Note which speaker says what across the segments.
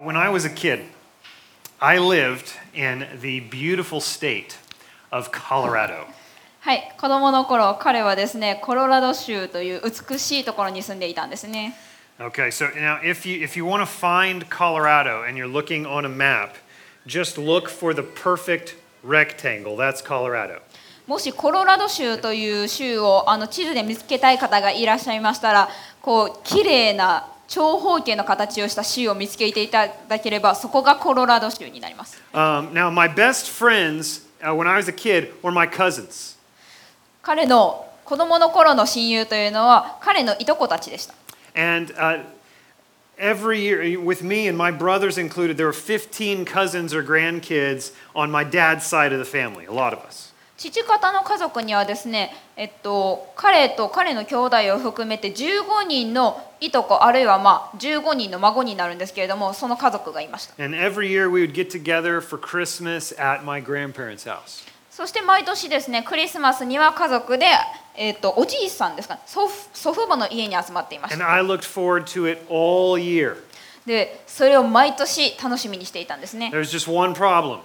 Speaker 1: When I was a kid, I lived in the beautiful state of Colorado.
Speaker 2: はい、子供の頃彼はですねコロラド州という美しいところに住んでいたんですね
Speaker 1: Okay, so now if you if you want to find Colorado and you're looking on a map, just look for the perfect rectangle. That's Colorado.
Speaker 2: もしコロラド州という州をあの地図で見つけたい方がいらっしゃいましたらこう綺麗な長方形の形をした州を見つけていただければそこがコロラド州になります
Speaker 1: Um, now, my best friends uh, when I was a kid were my cousins.
Speaker 2: 彼の子供の頃の親友というのは彼のいとこたちでした
Speaker 1: And uh, every year, with me and my brothers included, there were 15 cousins or grandkids on my dad's side of the family, a lot of us.
Speaker 2: 父方の家族にはですね、えっと、彼と彼の兄弟を含めて15人のいとこあるいはまあ15人の孫になるんですけれどもその家族がいました
Speaker 1: And every year, we would get together for Christmas at my grandparents' house.
Speaker 2: そして毎年ですねクリスマスには家族で、えっと、おじいさんですかね祖父祖父母の家に集まっていまし
Speaker 1: And
Speaker 2: た
Speaker 1: I looked forward to it all year.
Speaker 2: でそれを毎年楽しみにしていたんですね
Speaker 1: There was just one problem,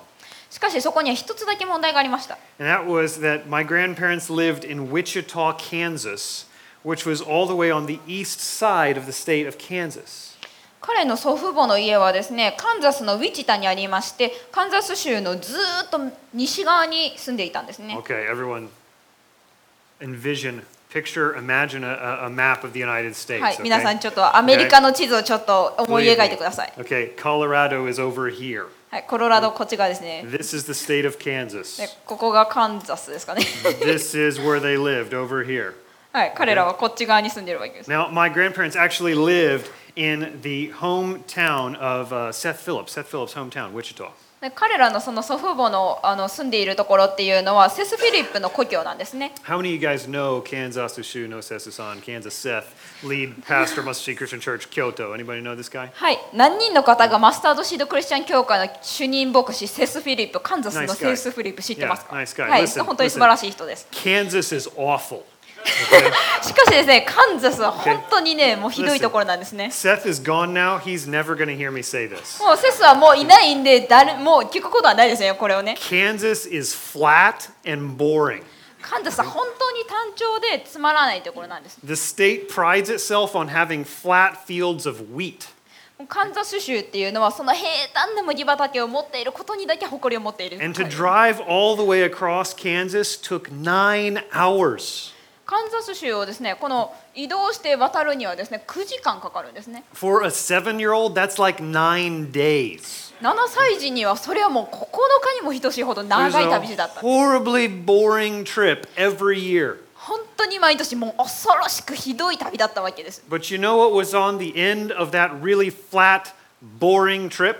Speaker 2: しかしそこには一つだけ問題がありました
Speaker 1: and that was that my grandparents lived in Wichita, Kansas, which was all the way on the east side of the state of Kansas.
Speaker 2: 彼の祖父母の家はですねカンザスのウィチタにありましてカンザス州のずーっと西側に住んでいたんですね
Speaker 1: Okay, everyone, envision, picture, imagine a, a- a map of the United States.
Speaker 2: はい、
Speaker 1: okay?
Speaker 2: 皆さんちょっとアメリカの地図をちょっと思い描いてください。
Speaker 1: Okay, Colorado is over here.
Speaker 2: はい、コロラドこっち側ですね。
Speaker 1: This is the state of Kansas.
Speaker 2: でここがカンザスですかね。
Speaker 1: this is where they lived, over here.
Speaker 2: はい、彼らはこっち側に住んでるわけです。
Speaker 1: Now, my grandparents actually lived in the hometown of uh, Seth Phillips, Seth Phillips' hometown, Wichita.
Speaker 2: で彼らのその祖父母のあの住んでいるところっていうのはセス・フィリップの故郷なんですね。
Speaker 1: How many of you guys know Kansas Ushu, No Sesusan, Kansas Seth, lead pastor, Muscle Christian Church, Kyoto? Anybody know this guy?
Speaker 2: はい、何人の方がマスタードシードクリスチャン教会の主任牧師セス・フィリップ、カンザスの
Speaker 1: Nice guy.
Speaker 2: セス・フィリップ知ってますか、
Speaker 1: Yeah, nice guy.
Speaker 2: はい
Speaker 1: Listen,
Speaker 2: 本当に素晴らしい人です。
Speaker 1: Kansas is awful.
Speaker 2: しかしですね、カンザスは本当にね、もうひどいところなんですね。
Speaker 1: Seth is gone now. He's never going to hear me say this.
Speaker 2: もうセスはもういないんで、誰もう聞くことはないですね、これをね。
Speaker 1: Kansas is flat and boring.
Speaker 2: カンザスは本当に単調でつまらないところなんです。
Speaker 1: The state prides itself on having flat fields of wheat.
Speaker 2: もうカンザス州っていうのはその平坦な麦畑を持っていることにだけ誇りを持っている。
Speaker 1: And to drive all the way across Kansas took nine hours.
Speaker 2: カンザス州をですね、この移動して渡るにはですね、9時間かかるんですね。
Speaker 1: For a seven year old, that's like nine days.
Speaker 2: 7歳児にはそれはもう9日にも等しいほど
Speaker 1: It
Speaker 2: 長
Speaker 1: was
Speaker 2: い
Speaker 1: a
Speaker 2: 旅路だった。
Speaker 1: horribly boring trip every year.
Speaker 2: 本当に毎年もう恐ろしくひどい旅だったわけです。
Speaker 1: But you know what was on the end of that really flat, boring trip?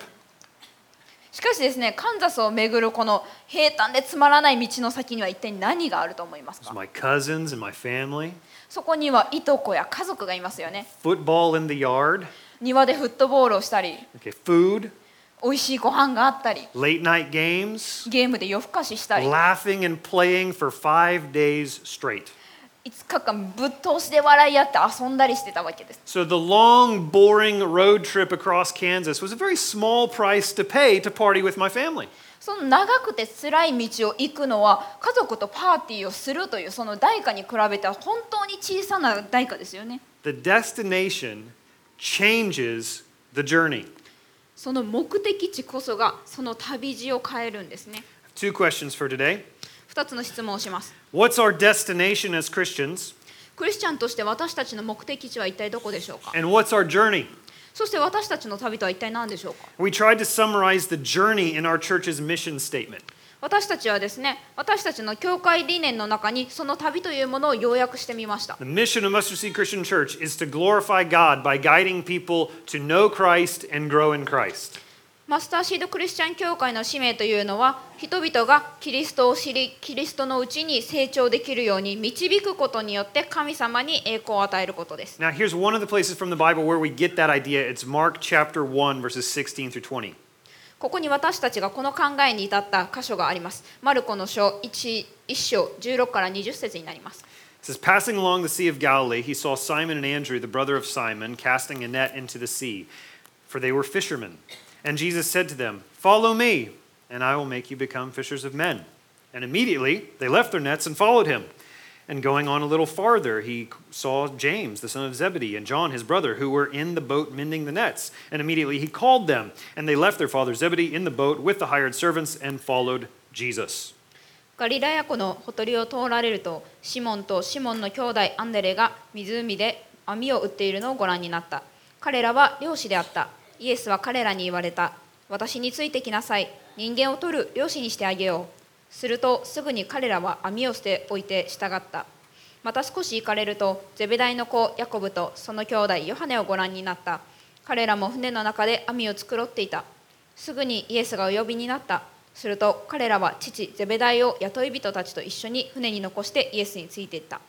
Speaker 2: しかしですね、カンザスを巡るこの平坦でつまらない道の先には一体何があると思います
Speaker 1: It was
Speaker 2: か
Speaker 1: my cousins and my family,
Speaker 2: そこにはいとこや家族がいますよね。
Speaker 1: football in the yard.
Speaker 2: 庭でフットボールをしたり
Speaker 1: Okay, food,
Speaker 2: 美味しいご飯があったり
Speaker 1: late night games,
Speaker 2: ゲームで夜更かししたり
Speaker 1: laughing and playing for five days straight.
Speaker 2: 5日間ぶっ通しで笑い合って遊んだりしてたわけです
Speaker 1: So the long, boring road trip across Kansas was a very small price to pay to party with my family.
Speaker 2: その長くて辛い道を行くのは家族とパーティーをするというその代価に比べては本当に小さな代価ですよね
Speaker 1: The destination changes the journey.
Speaker 2: その目的地こそがその旅路を変えるんですね
Speaker 1: Two questions for today.
Speaker 2: 2つの質問をします
Speaker 1: What's our destination as Christians?
Speaker 2: クリスチャンとして私たちの目的地は一体どこでしょうか
Speaker 1: And what's our journey?
Speaker 2: そして私たちの旅とは一体何でしょうか
Speaker 1: We tried to summarize the journey in our church's mission statement.
Speaker 2: 私たちはですね私たちの教会理念の中にその旅というものを要約してみました
Speaker 1: The mission of Mustard Seed Christian Church is to glorify God by guiding people to know Christ and grow in Christ.
Speaker 2: マスターシードクリスチャン教会の使命というのは人々がキリストを知りキリストのうちに成長できるように導くことによって神様に栄光を与えることです
Speaker 1: Now, here's one of the places from the Bible where we get that idea. It's Mark chapter 1, verses 16 through 20.
Speaker 2: ここに私たちがこの考えに至った箇所がありますマルコの書 1, 1章16から20節になります
Speaker 1: It says, Passing along the Sea of Galilee, he saw Simon and Andrew, the brother of Simon, casting a net into the sea, for they were fishermen. And Jesus said to them, Follow me, and I will make you become fishers of men. And immediately they left their nets and followed him. And going on a little farther, he saw James, the son of Zebedee, and John, his brother, who were in the boat mending the nets. And immediately he called them, and they left their father Zebedee in the boat with the hired servants and followed Jesus.
Speaker 2: ガリラヤ湖のほとりを通られるとシモンとシモンの兄弟アンデレが湖で網を打っているのをご覧になった彼らは漁師であったイエスは彼らに言われた私についてきなさい人間を取る漁師にしてあげようするとすぐに彼らは網を捨ておいて従ったまた少し行かれるとゼベダイの子ヤコブとその兄弟ヨハネをご覧になった彼らも船の中で網を繕っていたすぐにイエスがお呼びになったすると彼らは父ゼベダイを雇い人たちと一緒に船に残してイエスについていった、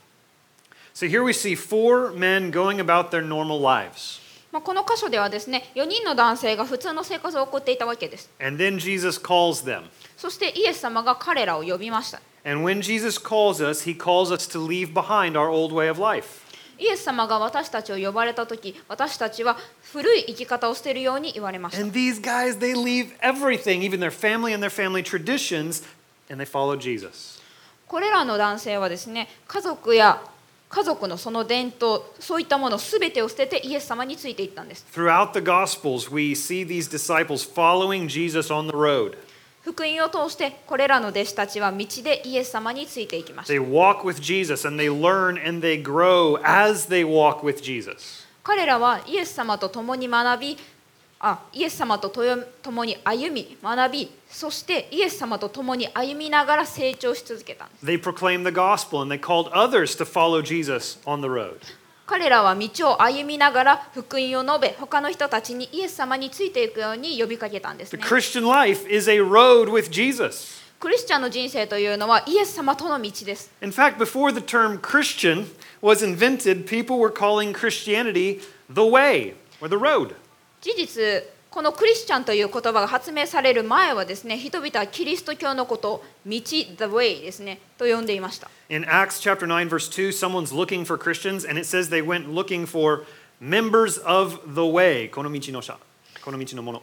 Speaker 1: So here we see four men going about their normal lives.
Speaker 2: まあ、この箇所ではですね4人の男性が普通の生活を送っていたわけです
Speaker 1: And then Jesus calls them.
Speaker 2: そしてイエス様が彼らを呼びました
Speaker 1: And when Jesus calls us, he calls us to leave behind our old way of life.
Speaker 2: イエス様が私たちを呼ばれた時私たちは古い生き方を捨てるように言われました
Speaker 1: And these guys, they leave everything, even their family and their family traditions, and they follow Jesus.
Speaker 2: これらの男性はですね家族や家族のその伝統そういったもの全てを捨ててイエス様についていったんです
Speaker 1: Throughout the Gospels, we see these disciples following Jesus on the road.
Speaker 2: 福音を通してこれらの弟子たちは道でイエス様についていきました
Speaker 1: They walk with Jesus and they learn and they grow as they walk with Jesus.
Speaker 2: 彼らはイエス様と共に学びあイエス様ととよ共に歩み学びそしてイエス様と共に歩みながら成長し続けたんです
Speaker 1: They proclaimed the gospel and they called others to follow Jesus on the road.
Speaker 2: 彼らは道を歩みながら福音を述べ他の人たちにイエス様についていくように呼びかけたんで
Speaker 1: The
Speaker 2: すね
Speaker 1: Christian life is a road with Jesus.
Speaker 2: クリスチャンの人生というのはイエス様との道です
Speaker 1: In fact, before the term Christian was invented, people were calling Christianity the way or the road.
Speaker 2: 事実このクリスチャンという言葉が発明される前はですね人々はキリスト教のことを道 the way ですねと呼んでいました
Speaker 1: In Acts chapter 9, verse 2, someone's looking for Christians, and it says they went looking for members of the way. この道の者,この道の者.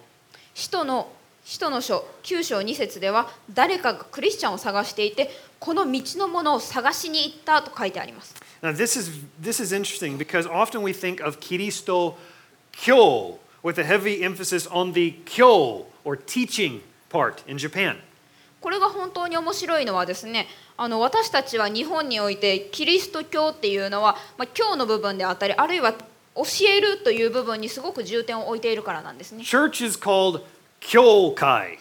Speaker 2: 使徒の使徒の書9章2節では誰かがクリスチャンを探していてこの道のものを探しに行ったと書いてあります
Speaker 1: Now, this is, this is interesting because often we think of Kiristo kyo with a heavy emphasis on the kyo or teaching part in Japan.
Speaker 2: これが本当に面白いのはですねあの私たちは日本においてキリスト教っていうのは、まあ、教の部分であったりあるいは教えるという部分にすごく重点を置いているからなんですね
Speaker 1: Church is called kyokai,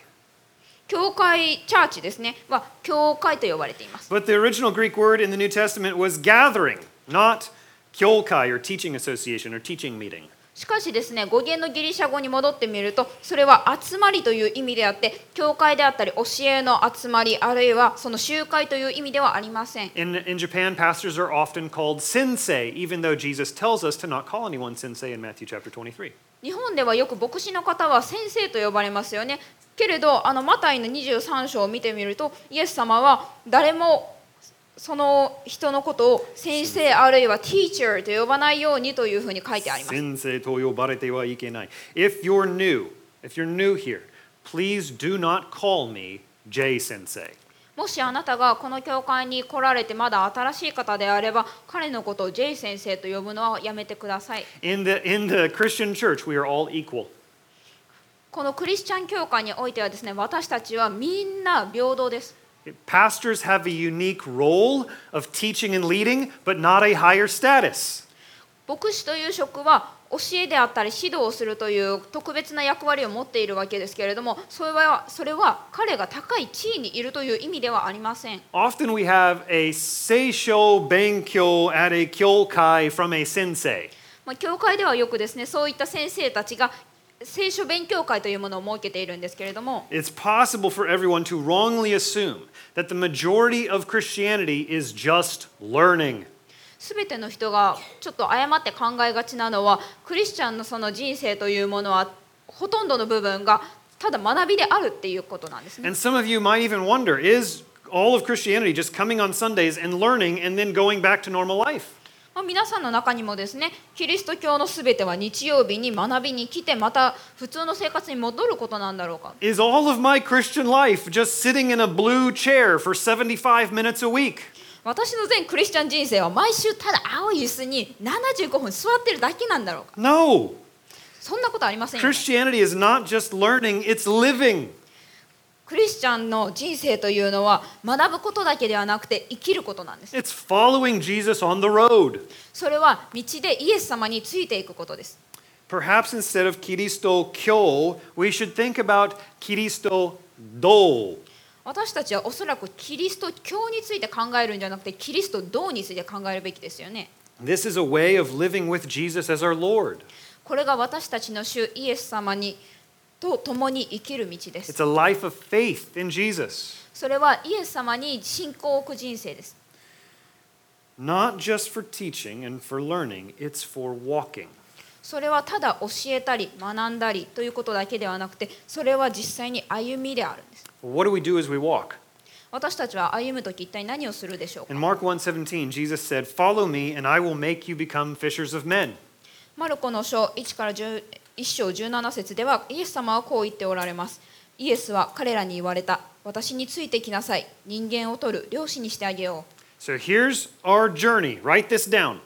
Speaker 2: 教会チャーチですねは教会と呼ばれています
Speaker 1: but the original Greek word in the New Testament was gathering, not kyokai or teaching association or teaching meeting.
Speaker 2: しかしですね語源のギリシャ語に戻ってみるとそれは集まりという意味であって教会であったり教えの集まりあるいはその集会という意味ではありません
Speaker 1: In, in Japan, pastors are often called sensei, even though Jesus tells us to not call anyone sensei in Matthew chapter 23.
Speaker 2: 日本ではよく牧師の方は先生と呼ばれますよねけれどあのマタイの23章を見てみるとイエス様は誰もその人のことを先生あるいは teacher と呼ばないようにというふうに書いてあります
Speaker 1: Sensei to yobaretewaikenai. If you're new, if you're new here, please do not call me J sensei.
Speaker 2: もしあなたがこの教会に来られてまだ新しい方であれば彼のことを J 先生と呼ぶのはやめてください
Speaker 1: In the, in the Christian church, we are all equal.
Speaker 2: このクリスチャン教会においてはですね私たちはみんな平等です
Speaker 1: Pastors have a unique role of teaching and leading, but not a higher status.
Speaker 2: 牧師という職は教えであったり指導をするという特別な役割を持っているわけですけれどもそれはそれは彼が高い地位にいるという意味ではありません
Speaker 1: Often we have a seisho benkyo at a kyokai from a sensei.
Speaker 2: まあ、教会ではよくですねそういった先生たちが聖書勉強会というものを設けているんですけれども
Speaker 1: It's possible for everyone to wrongly assume that the majority of Christianity is just learning.
Speaker 2: 全ての人がちょっと誤って考えがちなのはクリスチャンのその人生というものはほとんどの部分がただ学びであるっていうことなんですね。
Speaker 1: And some of you might even wonder is all of Christianity just coming on Sundays and learning and then going back to normal life?
Speaker 2: ままあ皆さんの中にもですねキリスト教のすべては日曜日に学びに来てまた普通の生活に戻ることなんだろうか
Speaker 1: Is all of my Christian life just sitting in a blue chair for 75 minutes a week?
Speaker 2: 私の全クリスチャン人生は毎週ただ青い椅子に75分座ってるだけなんだろうか
Speaker 1: No.
Speaker 2: そんなことありませんよね、
Speaker 1: Christianity is not just learning, it's living.
Speaker 2: クリスチャンの人生というのは学ぶことだけではなくて生きることなんです
Speaker 1: It's following Jesus on the road.
Speaker 2: それは道でイエス様についていくことです
Speaker 1: Perhaps instead of Kiristo kyo, we should think about Kiristo do.
Speaker 2: 私たちはおそらくキリスト教について考えるんじゃなくてキリスト道について考えるべきですよね
Speaker 1: This is a way of living with Jesus as our Lord.
Speaker 2: これが私たちの主イエス様にと共に生きる道です
Speaker 1: It's a life of faith in Jesus,
Speaker 2: それはイエス様に信仰を置く人生です
Speaker 1: not just for teaching and for learning, it's for walking.
Speaker 2: それはただ教えたり学んだりということだけではなくてそれは実際に歩みであるんです
Speaker 1: What do we do as we walk?
Speaker 2: 私たちは歩む時一体何をするでしょうか
Speaker 1: In Mark 1:17, Jesus said, "Follow me and I will make you become fishers of men."
Speaker 2: マルコの書1から10 1章17節ではイエス様はこう言っておられます。イエスは彼らに言われた。私についてきなさい。人間を取る漁師にしてあげよう。
Speaker 1: So here's our journey. Write this down.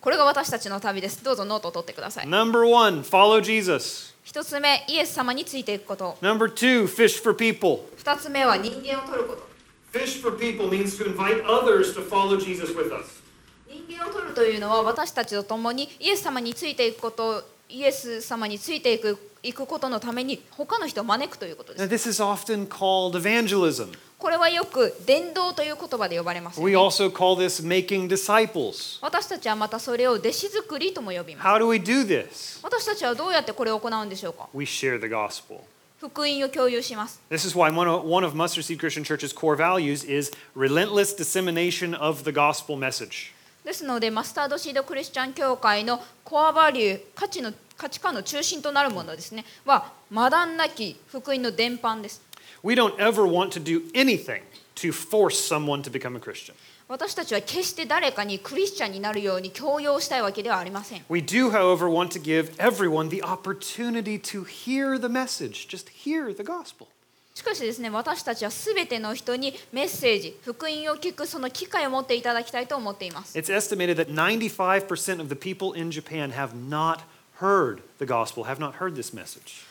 Speaker 2: これが私たちの旅です。どうぞノートを取ってください。
Speaker 1: Number 1, follow Jesus.
Speaker 2: 一つ目、イエス様についていくこと。
Speaker 1: Number 2, fish for people.
Speaker 2: 二つ目は人間を取ること。
Speaker 1: Fish for people means to invite others to follow Jesus with us.
Speaker 2: 人間を取るというのは私たちと共にイエス様についていくこと、イエス様についていく行くことのために他の人を招くということで
Speaker 1: Now,
Speaker 2: す。
Speaker 1: this is often called evangelism.
Speaker 2: これはよく伝道という言葉で呼ばれますよ
Speaker 1: We
Speaker 2: ね、
Speaker 1: also call this making disciples.
Speaker 2: 私たちはまたそれを弟子作りとも呼びます。
Speaker 1: How do we do this?
Speaker 2: 私たちはどうやってこれを行うんでしょうか
Speaker 1: We share the gospel.
Speaker 2: 福音を共有します。
Speaker 1: This is why one of, one of Mustard Seed Christian Church's core values is relentless dissemination of the gospel message.
Speaker 2: ですので、マスタードシードクリスチャン教会のコアバリュー、価値の価値観の中心となるものですね、は、学んなき福音の伝播です。
Speaker 1: We don't ever want to do anything to force someone to become a Christian.
Speaker 2: 私たちは決して誰かにクリスチャンになるように強要したいわけではありません。
Speaker 1: We do, however, want to give everyone the opportunity to hear the message, just hear the gospel.
Speaker 2: しかしですね、私たちはすべての人にメッセージ、福音を聞くその機会を持っていただきたいと思っています。
Speaker 1: It's estimated that 95% of the people in Japan have not heard the gospel, have not heard this message.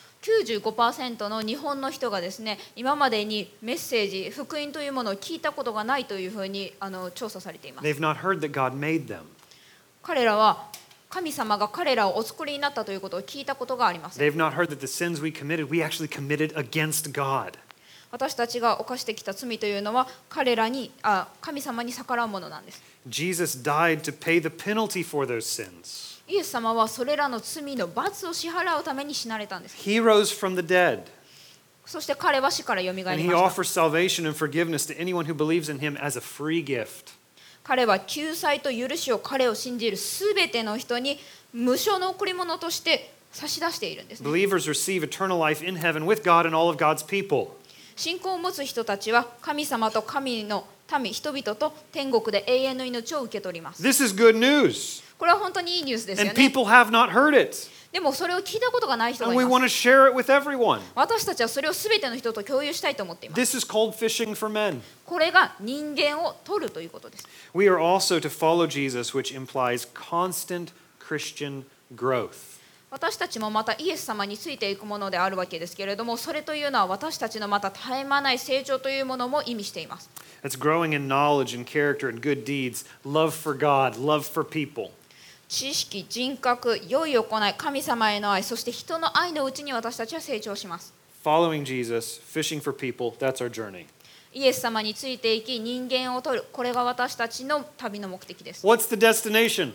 Speaker 2: 95%の日本の人がですね今までにメッセージ福音というものを聞いたことがないというふうにあの調査されています
Speaker 1: They've not heard that God made them.
Speaker 2: 彼らは神様が彼らをお作りになったということを聞いたことがありません
Speaker 1: They've not heard that the sins we committed, we actually committed against God.
Speaker 2: 私たちが犯してきた罪というのは彼らにあ神様に逆らうものなんです
Speaker 1: Jesus died to pay the penalty for those sins.
Speaker 2: イエス様はそれらの罪の罰を支払うために死なれたんです
Speaker 1: He rose from the dead,
Speaker 2: そして彼は死からよみがえ
Speaker 1: and
Speaker 2: り
Speaker 1: he
Speaker 2: ました
Speaker 1: offers salvation and forgiveness to anyone who believes in him as a free gift.
Speaker 2: 彼は救済と許しを彼を信じるすべての人に無償の贈り物として差し出しているんですね
Speaker 1: Believers receive eternal life in heaven with God and all of God's people.
Speaker 2: 信仰を持つ人たちは神様と神の民人々と天国で永遠の命を受け取ります。
Speaker 1: This is good news,
Speaker 2: これは本当にいいニュースですよ
Speaker 1: and
Speaker 2: ね。
Speaker 1: people have not heard it.
Speaker 2: でもそれを聞いたことがない人が
Speaker 1: And
Speaker 2: い
Speaker 1: we
Speaker 2: ま
Speaker 1: want
Speaker 2: す。
Speaker 1: to share it with everyone.
Speaker 2: 私たちはそれを全ての人と共有したいと思っています。
Speaker 1: This is called fishing for men.
Speaker 2: これが人間を取るということです。
Speaker 1: We are also to follow Jesus, which implies constant Christian growth.
Speaker 2: 私たちもまたイエス様についていくものであるわけですけれども、それというのは私たちのまた絶え間ない成長というものも意味しています。
Speaker 1: That's growing in knowledge and character and good deeds, love for God, love for people.
Speaker 2: 知識、人格、良い行い、神様への愛、そして人の愛のうちに私たちは成長します。
Speaker 1: Following Jesus, fishing for people, that's our journey.
Speaker 2: イエス様についていき人間を取るこれが私たちの旅の目的です。
Speaker 1: What's the destination?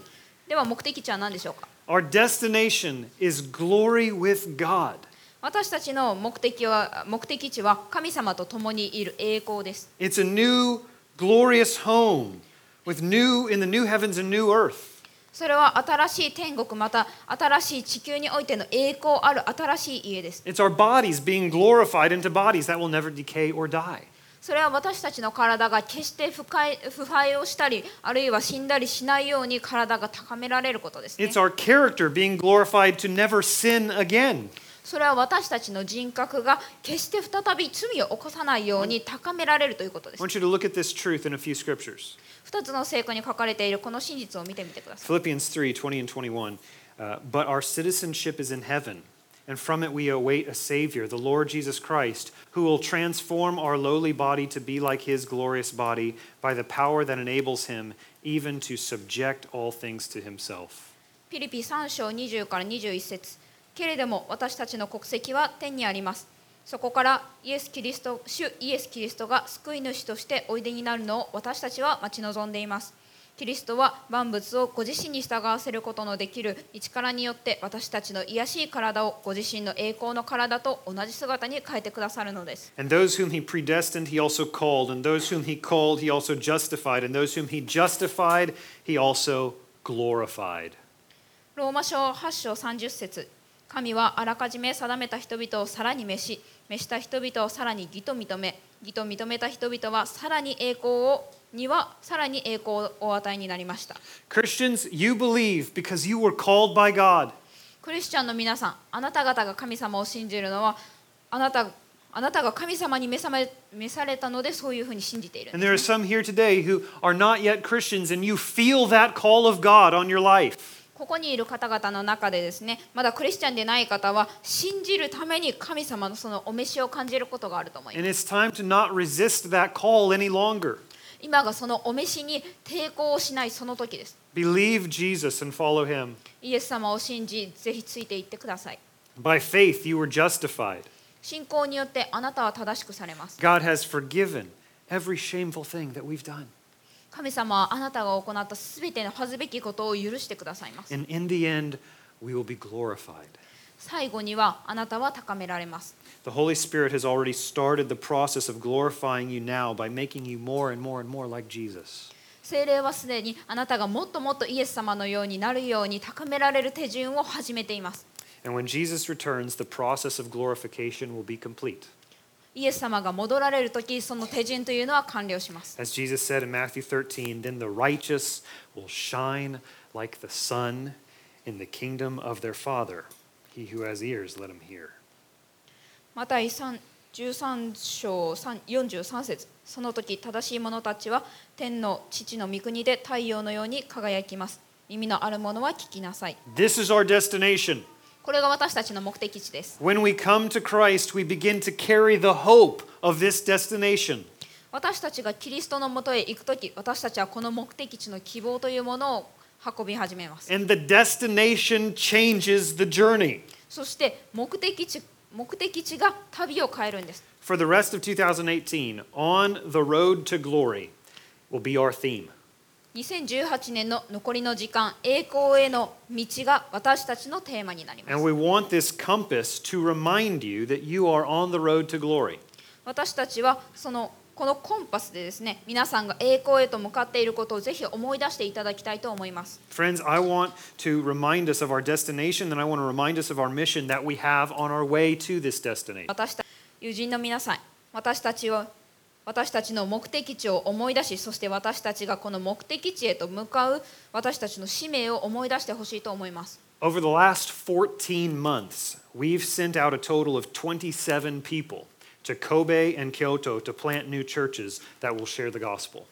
Speaker 2: では目的地は何でしょうか
Speaker 1: Our destination is glory with God.
Speaker 2: 私たちの目的は目的地は神様と共にいる栄光です。
Speaker 1: It's a new, glorious home with new in the new heavens and new earth.
Speaker 2: それは新しい天国また新しい地球においての栄光ある新しい家です。
Speaker 1: It's our bodies being glorified into bodies that will never decay or die.
Speaker 2: それは私たちの体が決して不快腐敗をしたりあるいは死んだりしないように体が高められることです、ね
Speaker 1: It's、our character being glorified to never sin again.
Speaker 2: それは私たちの人格が決して再び罪を犯さないように高められるということで
Speaker 1: I
Speaker 2: す
Speaker 1: want you to look at this truth in a few scriptures.
Speaker 2: 二つの聖句に書かれているこの真実を見てみてください
Speaker 1: Philippians 3 20 and 21. Uh, but our citizenship is in heaven, and from it we await a Savior, the Lord Jesus Christ, who will transform our lowly body to be like his glorious body by the power that enables him even to subject all things to himself.
Speaker 2: ピリピ3章20から21節けれども私たちの国籍は天にありますそこからイエス・キリスト主イエス・キリストが救い主としておいでになるのを私たちは待ち望んでいますキリストは万物をご自身に従わせることのできる力によって私たちの癒やしい体をご自身の栄光の体と同じ姿に変えてくださるのです
Speaker 1: And those whom he predestined, he also called. And those whom he called, he also justified. And those whom he justified, he also glorified.
Speaker 2: ローマ書8章30節神はあらかじめ定めた人々をさらに召し召した人々をさらに義と認め義と認めた人々はさらに栄光をにはさらに栄光をお与えになりました
Speaker 1: Christians, you believe because you were called by God.
Speaker 2: クリスチャンの皆さんあなた方が神様を信じるのはあなたあなたが神様に召さめ召されたのでそういうふうに信じている
Speaker 1: And there are some here today who are not yet Christians, and you feel that call of God on your life.
Speaker 2: ここにいる方々の中でですねまだクリスチャンでない方は信じるために神様のそのお召しを感じることがあると思います
Speaker 1: And it's time to not resist that call any longer.
Speaker 2: 今がそのお召しに抵抗をしないその時です。
Speaker 1: Believe Jesus and follow him.
Speaker 2: イエス様を信じ、ぜひついていってください。
Speaker 1: By faith, you were justified.
Speaker 2: 信仰によってあなたは正しくされます。
Speaker 1: God has forgiven every shameful thing that we've done.
Speaker 2: 神様はあなたが行ったすべての恥ずべきことを許してくださいます。
Speaker 1: And in the end, we will be glorified.
Speaker 2: 最後にはあなたは高められます。
Speaker 1: The Holy Spirit has already started the process of glorifying you now by making you more and more and more like Jesus.
Speaker 2: 聖霊はすでにあなたがもっともっとイエス様のようになるように高められる手順を始めています。
Speaker 1: And when Jesus returns, the process of glorification will be complete.
Speaker 2: イエス様が戻られる時その手順というのは完了します。
Speaker 1: As Jesus said in Matthew 13, then the righteous will shine like the sun in the kingdom of their Father. He who has ears, let him hear.
Speaker 2: マタイ3 13章3 43節その時正しい者たちは天の父の御国で太陽のように輝きます耳のある者は聞きなさい
Speaker 1: This is our destination.
Speaker 2: これが私たちの目的地です
Speaker 1: When we come to Christ, we begin to carry the hope of this destination.
Speaker 2: 私たちがキリストのもとへ行く時私たちはこの目的地の希望というものを運び始めます
Speaker 1: And the destination changes the journey.
Speaker 2: そして目的地目的地が旅を変えるんです
Speaker 1: For the rest of 2018, On the Road to Glory will be our theme.
Speaker 2: 2018年の残りの時間栄光への道が私たちのテーマになります
Speaker 1: And we want this compass to remind you that you are on the road to glory.
Speaker 2: 私たちはそのこのコンパスでですね皆さんが栄光へと向かっていることをぜひ思い出していただきたいと思います
Speaker 1: Friends, I want to remind us of our destination, and I want to remind us of our mission that we have on our way to this destination.
Speaker 2: 私た友人の皆さん私たちは私たちの目的地を思い出しそして私たちがこの目的地へと向かう私たちの使命を思い出してほしいと思います
Speaker 1: Over the last 14 months, we've sent out a total of 27 people to Kobe and Kyoto to plant new churches that will share the gospel.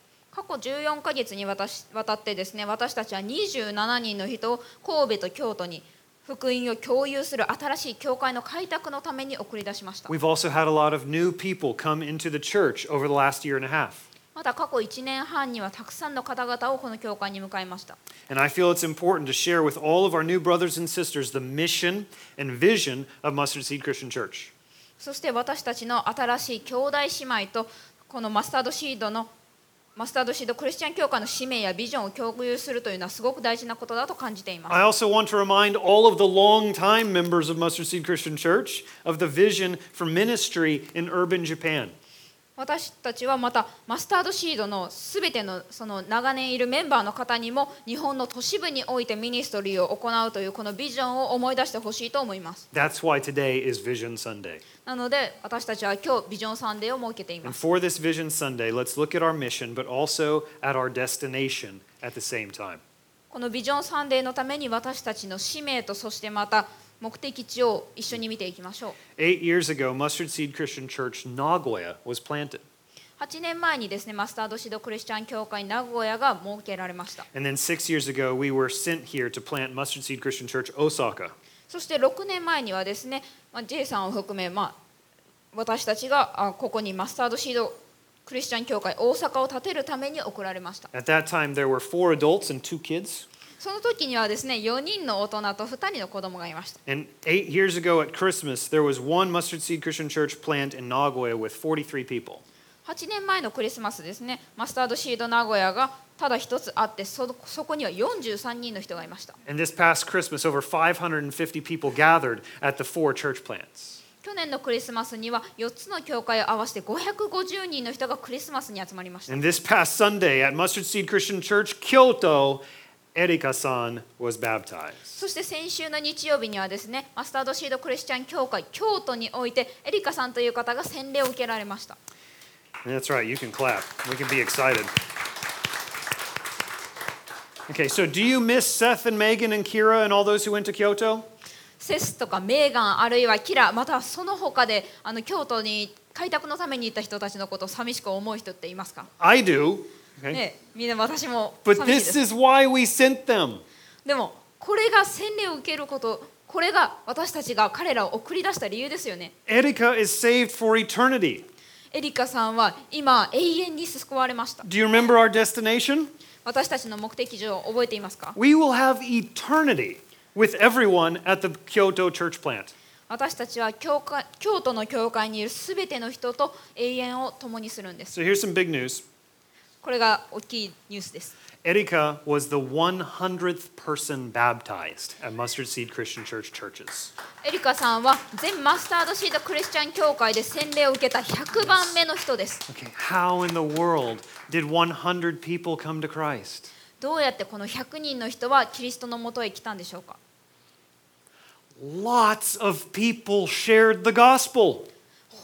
Speaker 2: 過去14ヶ月にわたしわたってですね私たちは27人の人を神戸と京都に福音を共有する新しい教会の開拓のために送り出しました
Speaker 1: We've also had a lot of new people come into the church over the last year and a half.
Speaker 2: また過去1年半にはたくさんの方々をこの教会に迎えました。
Speaker 1: And I feel it's important to share with all of our new brothers and sisters the mission and vision of Mustard Seed Christian Church.
Speaker 2: そして私たちの新しい兄弟姉妹とこのマスタードシードのマスタードシードクリスチャン教会の使命やビジョンを共有するというのはすごく大事なことだと感じています。
Speaker 1: I also want to remind all of the longtime members of Mustard Seed Christian Church of the vision for ministry in urban Japan.
Speaker 2: 私たちはまたマスタードシードのすべてのその長年いるメンバーの方にも日本の都市部においてミニストリーを行うというこのビジョンを思い出してほしいと思います
Speaker 1: That's why today is Vision Sunday.
Speaker 2: なので私たちは今日ビジョンサンデーを設けていま
Speaker 1: And
Speaker 2: す
Speaker 1: for this Vision Sunday, let's look at our mission, but also at our destination at the same time.
Speaker 2: このビジョンサンデーのために私たちの使命とそしてまた目的地を一緒に見ていきましょう
Speaker 1: Eight years ago, Mustard Seed Christian Church Nagoya was planted.
Speaker 2: 8年前にですねマスタードシードクリスチャン教会名古屋が設けられました
Speaker 1: And then six years ago, we were sent here to plant Mustard Seed Christian Church Osaka.
Speaker 2: そして6年前にはですね、まあ、J さんを含め、まあ、私たちがあここにマスタードシードクリスチャン教会大阪を建てるために送られました
Speaker 1: At that time, there were four adults and two kids.
Speaker 2: その時にはですね4人の大人と2人の子供がいました
Speaker 1: And eight years ago at Christmas, there was one Mustard Seed Christian Church plant in Nagoya with 43 people.
Speaker 2: 8年前のクリスマスですねマスタードシード名古屋がただ一つあってそそこには43人の人がいました
Speaker 1: And this past Christmas, over 550 people gathered at the four church plants.
Speaker 2: 去年のクリスマスには4つの教会を合わせて550人の人がクリスマスに集まりました
Speaker 1: And this past Sunday at Mustard Seed Christian Church, Kyoto, Erika san was baptized.
Speaker 2: そして先週の日曜日にはですねマスタードシードクリスチャン教会京都においてエリカさんという方が洗礼を受けられました
Speaker 1: And that's right, you can clap. We can be excited. Okay, so do you miss Seth and Megan and Kira and all those who went to Kyoto?
Speaker 2: セスとかメーガンあるいはキラまたはその他であの京都に開拓のために行った人たちのことを寂しく思う人っていますか、
Speaker 1: I do. Okay.
Speaker 2: ね、みんな私も寂し
Speaker 1: But
Speaker 2: いです
Speaker 1: this is why we sent them.
Speaker 2: でもこれが洗礼を受けることこれが私たちが彼らを送り出した理由ですよね
Speaker 1: Erika is saved for eternity.
Speaker 2: エリカさんは今永遠に救われました
Speaker 1: Do you remember our destination?
Speaker 2: 私たちの目的地を覚えていますか
Speaker 1: We will have eternity with everyone at the Kyoto church plant.
Speaker 2: 私たちは教会京都の教会にいるすべての人と永遠を共にするんです
Speaker 1: So here's some big news.
Speaker 2: これが大きいニュースです
Speaker 1: Erika was the 100th person baptized at Mustard Seed Christian Church churches.
Speaker 2: エリカさんは全マスタードシートクリスチャン教会で洗礼を受けた100番目の人です
Speaker 1: Okay, how in the world did 100 people come to Christ?
Speaker 2: どうやってこの100人の人はキリストのもとへ来たんでしょうか
Speaker 1: Lots of people shared the gospel.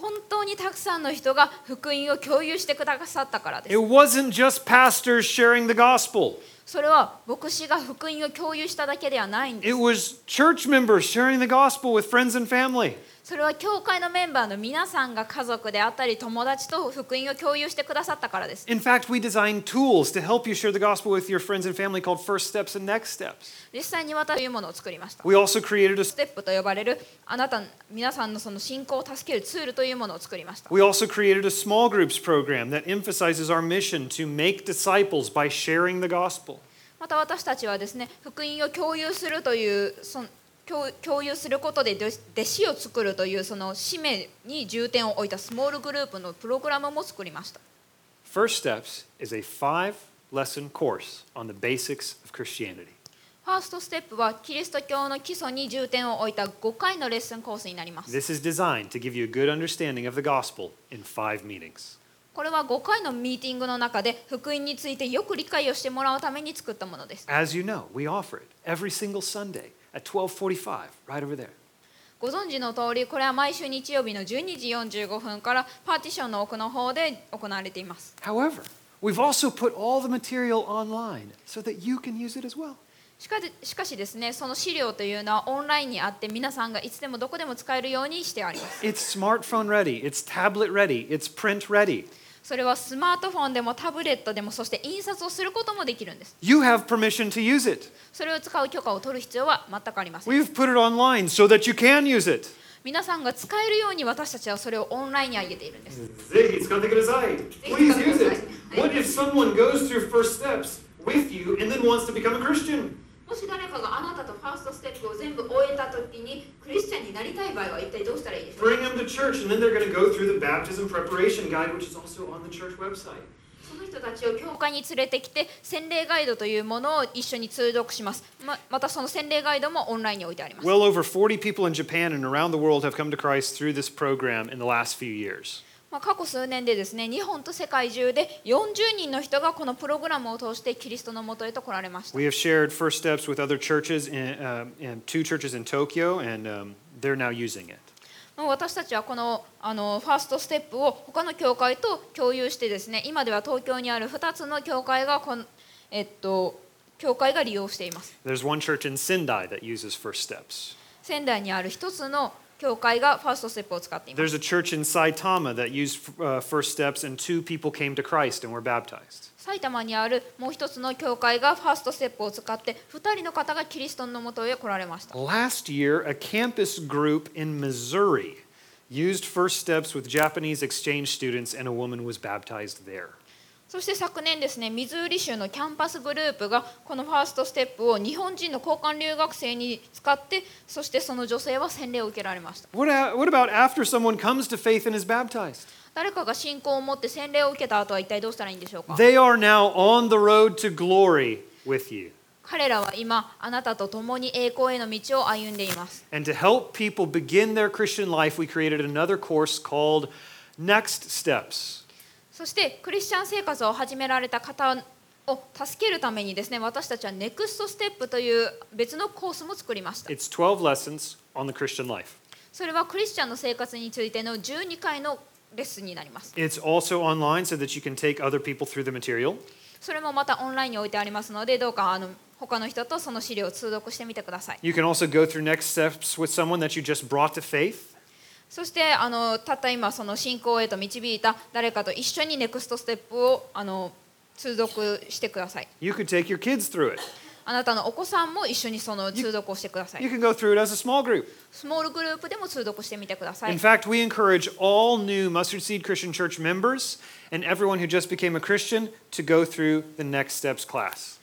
Speaker 2: 本当にたくさんの人が福音を共有してくださったからで
Speaker 1: It
Speaker 2: す
Speaker 1: wasn't just pastors sharing the gospel.
Speaker 2: それは牧師が福音を共有しただけではないんで
Speaker 1: It
Speaker 2: す
Speaker 1: was church members sharing the gospel with friends and family.
Speaker 2: それは教会のメンバーの皆さんが家族であったり友達と福音を共有してくださったからです
Speaker 1: In fact, we designed tools to help you share the gospel with your friends and family called First Steps and Next Steps.
Speaker 2: 実際に私はというものを作りました
Speaker 1: We also created a
Speaker 2: ステップと呼ばれるあなた皆さんのその信仰を助けるツールというものを作りました
Speaker 1: we also created a small groups program that emphasizes our mission to make disciples by sharing the gospel.
Speaker 2: また私たちはですね福音を共有するというその共共有することで弟子弟子を作るというその使命に重点を置いたスモールグループのプログラムも作りました
Speaker 1: First Steps is a five lesson course on the basics of Christianity.
Speaker 2: ファーストステップはキリスト教の基礎に重点を置いた5回のレッスンコースになります
Speaker 1: This is designed to give you a good understanding of the gospel in five meetings.
Speaker 2: これは5回のミーティングの中で福音についてよく理解をしてもらうために作ったものです
Speaker 1: As you know, we offer it every single Sunday at 1245, right over there.
Speaker 2: ご存知の通りこれは毎週日曜日の12時45分からパーティションの奥の方で行われています
Speaker 1: However, we've also put all the material online so that you can use it as well.
Speaker 2: しかししかしですねその資料というのはオンラインにあって皆さんがいつでもどこでも使えるようにしてあります
Speaker 1: It's smartphone ready, it's tablet ready, it's print ready.
Speaker 2: それはスマートフォンでもタブレットでもそして印刷をすることもできるんです
Speaker 1: You have permission to use it.
Speaker 2: それを使う許可を取る必要は全くありません
Speaker 1: We've put it online so that you can use it.
Speaker 2: 皆さんが使えるように私たちはそれをオンラインに上げているんです
Speaker 1: Ziggy, Skandikadazai, please use it. What if someone goes through first steps with you and then wants to become a Christian?
Speaker 2: もし誰かがあなたとファーストステップを全部終えた時にクリスチャンになりたい場合は一体どうしたらいいでしょうか
Speaker 1: Bring them to church and then they're going to go through the baptism preparation guide, which is also on the church website.
Speaker 2: その人たちを教会に連れてきて洗礼ガイドというものを一緒に通読しますままたその洗礼ガイドもオンラインに置いてあります
Speaker 1: Well over 40 people in Japan and around the world have come to Christ through this program in the last few years.
Speaker 2: まあ、過去数年でですね日本と世界中で40人の人がこのプログラムを通してキリストのもとへと来られました
Speaker 1: We have shared first steps with other churches, in, um, and two churches in Tokyo, and um, they're now using it.
Speaker 2: まあ私たちはこのあのファーストステップを他の教会と共有してですね今では東京にある2つの教会がこの、えっと、教会が利用しています
Speaker 1: There's one church in Sendai that uses first steps.
Speaker 2: 仙台にある1つの教会がファーストステップを使っています
Speaker 1: There's a church in Saitama that used uh, first steps, and two people came to Christ and were baptized.
Speaker 2: 埼玉にあるもう一つの教会がファーストステップを使って2人の方がキリストのもとへ来られました
Speaker 1: Last year, a campus group in Missouri used first steps with Japanese exchange students, and a woman was baptized there.
Speaker 2: そして昨年ですねミズーリ州のキャンパスグループがこのファーストステップを日本人の交換留学生に使ってそしてその女性は洗礼を受けられました
Speaker 1: What, a- what about after someone comes to faith and is baptized?
Speaker 2: 誰かが信仰を持って洗礼を受けた後は一体どうしたらいいんでしょうか
Speaker 1: They are now on the road to glory with you.
Speaker 2: 彼らは今あなたと共に栄光への道を歩んでいます
Speaker 1: And to help people begin their Christian life, we created another course called Next Steps.
Speaker 2: そしてクリスチャン生活を始められた方を助けるためにですね私たちはネクストステップという別のコースも作りました
Speaker 1: It's 12 lessons on the Christian life.
Speaker 2: それはクリスチャンの生活についての12回のレッスンになります
Speaker 1: It's also online so that you can take other people through the material.
Speaker 2: それもまたオンラインに置いてありますのでどうかあの他の人とその資料を通読してみてください
Speaker 1: You can also go through Next Steps with someone that you just brought to faith.
Speaker 2: そしてあのたった今その信仰へと導いた誰かと一緒にネクストステップをあの通読してください
Speaker 1: You could take your kids through it.
Speaker 2: あなたのお子さんも一緒にその通読をしてくださ
Speaker 1: You
Speaker 2: い
Speaker 1: can go through it as a small group.
Speaker 2: スモールグループでも通読してみてください
Speaker 1: In fact, we encourage all new Mustard Seed Christian Church members and everyone who just became a Christian to go through the Next Steps class.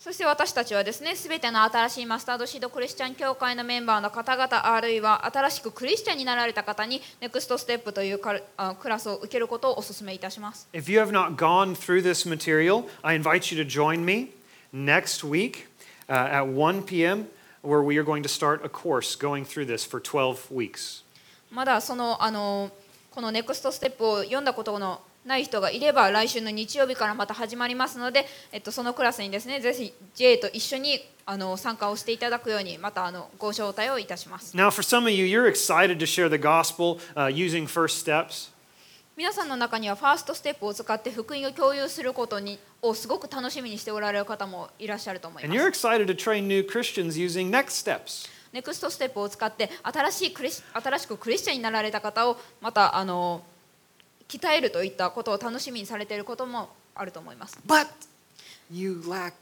Speaker 2: そして私たちはですね、すべての新しいマスタードシードクリスチャン教会のメンバーの方々、あるいは新しくクリスチャンになられた方に、ネクストステップというカルあクラスを受けることをお勧めいたします。
Speaker 1: If you have not gone through this material, I invite you to join me next week uh, at 1 p.m., where we are going to start a course going through this for 12 weeks.
Speaker 2: まだその、あの、このネクストステップを読んだことのない人がいれば、来週の日曜日からまた始まりますので、えっと、そのクラスにですね、ぜひ J と一緒にあの参加をしていただくように、またあのご招待をいたします。
Speaker 1: Now, for some of you, you're excited to share the gospel uh, using first steps.
Speaker 2: 皆さんの中にはファーストステップを使って福音を共有することにをすごく楽しみにしておられる方もいらっしゃると思い
Speaker 1: And
Speaker 2: ま
Speaker 1: you're
Speaker 2: す。
Speaker 1: excited to train new Christians using next steps.
Speaker 2: ネクストステップを使って新しいクリス新しくクリスチャンになられた方をまたあの鍛えるといったことを楽しみにされていることもあると思います。
Speaker 1: But you lack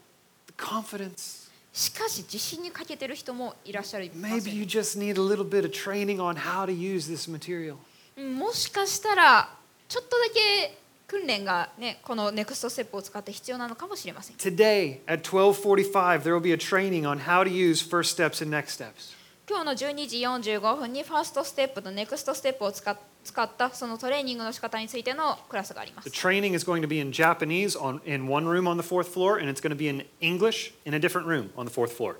Speaker 1: the confidence.
Speaker 2: しかし自信に欠けてる人もいらっしゃいます
Speaker 1: Maybe you just need a little bit of training on how to use this material.
Speaker 2: うんもしかしたらちょっとだけ訓練がねこのネクストステップを使って必要なのかもしれません。
Speaker 1: Today at 12:45 there will be a training on how to use first steps and next steps.
Speaker 2: 今日の12時45分にファーストステップとネクストステップを使っ使ったそのトレーニングの仕方についてのクラスがありま
Speaker 1: The
Speaker 2: す
Speaker 1: training is going to be in Japanese on, in one room on the fourth floor, and it's going to be in English in a different room on the fourth floor.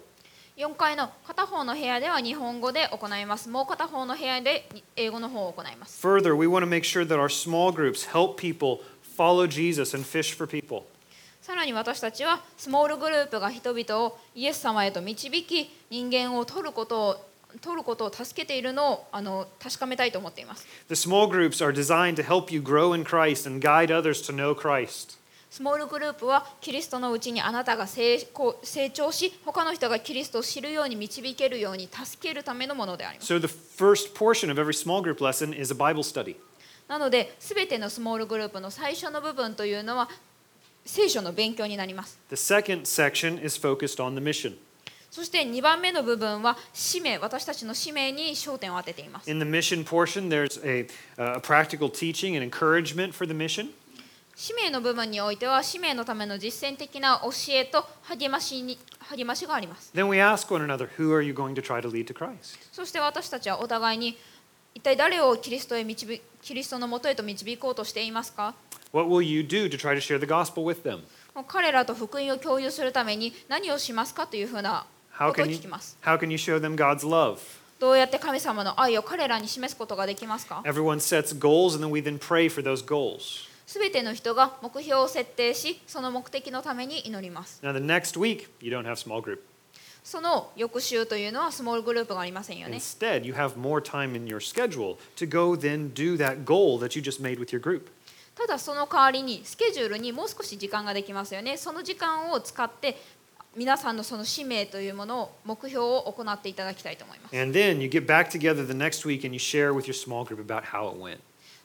Speaker 2: 4階の片方の部屋では日本語で行いますもう片方の部屋で英語の方を行います
Speaker 1: Further, we want to make sure that our small groups help people follow Jesus and fish for people.
Speaker 2: さらに私たちはスモールグループが人々をイエス様へと導き人間を取ることを取ることを助けているのをあの確かめたいと思っています
Speaker 1: The small groups are designed to help you grow in Christ and guide others to know Christ.
Speaker 2: スモールグループはキリストのうちにあなたが成功成長し他の人がキリストを知るように導けるように助けるためのものであります
Speaker 1: So the first portion of every small group lesson is a Bible study.
Speaker 2: なので、すべてのスモールグループの最初の部分というのは、聖書の勉強になります。
Speaker 1: The second section is focused on the mission.
Speaker 2: そして2番目の部分は、使命、私たちの使命に焦点を当てています。
Speaker 1: In the mission portion, there's a, uh, a practical teaching and encouragement for the mission.
Speaker 2: 使命の部分においては、使命のための実践的な教えと励ましに励ましがあります。
Speaker 1: Then we ask one another, who are you going to try to lead to Christ?
Speaker 2: そして私たちはお互いに、一体誰をキリストへ導キリストのもとへと導こうとしていますか
Speaker 1: What will you do to try to share the gospel with them?
Speaker 2: もう彼らと福音を共有するために何をしますかというふうな
Speaker 1: How
Speaker 2: ことを
Speaker 1: can you,
Speaker 2: 聞きます。
Speaker 1: how can you show them God's love?
Speaker 2: どうやって神様の愛を彼らに示すことができますか
Speaker 1: Everyone sets goals and then we then pray for those goals.
Speaker 2: すべての人が目標を設定しその目的のために祈ります
Speaker 1: Now, the next week, you don't have small group.
Speaker 2: その翌週というのはスモールグループがありませんよね
Speaker 1: Instead, you have more time in your schedule to go then do that goal that you just made with your group.
Speaker 2: ただその代わりにスケジュールにもう少し時間ができますよねその時間を使って皆さんのその使命というものを目標を行っていただきたいと思います
Speaker 1: And then you get back together the next week and you share with your small group about how it went.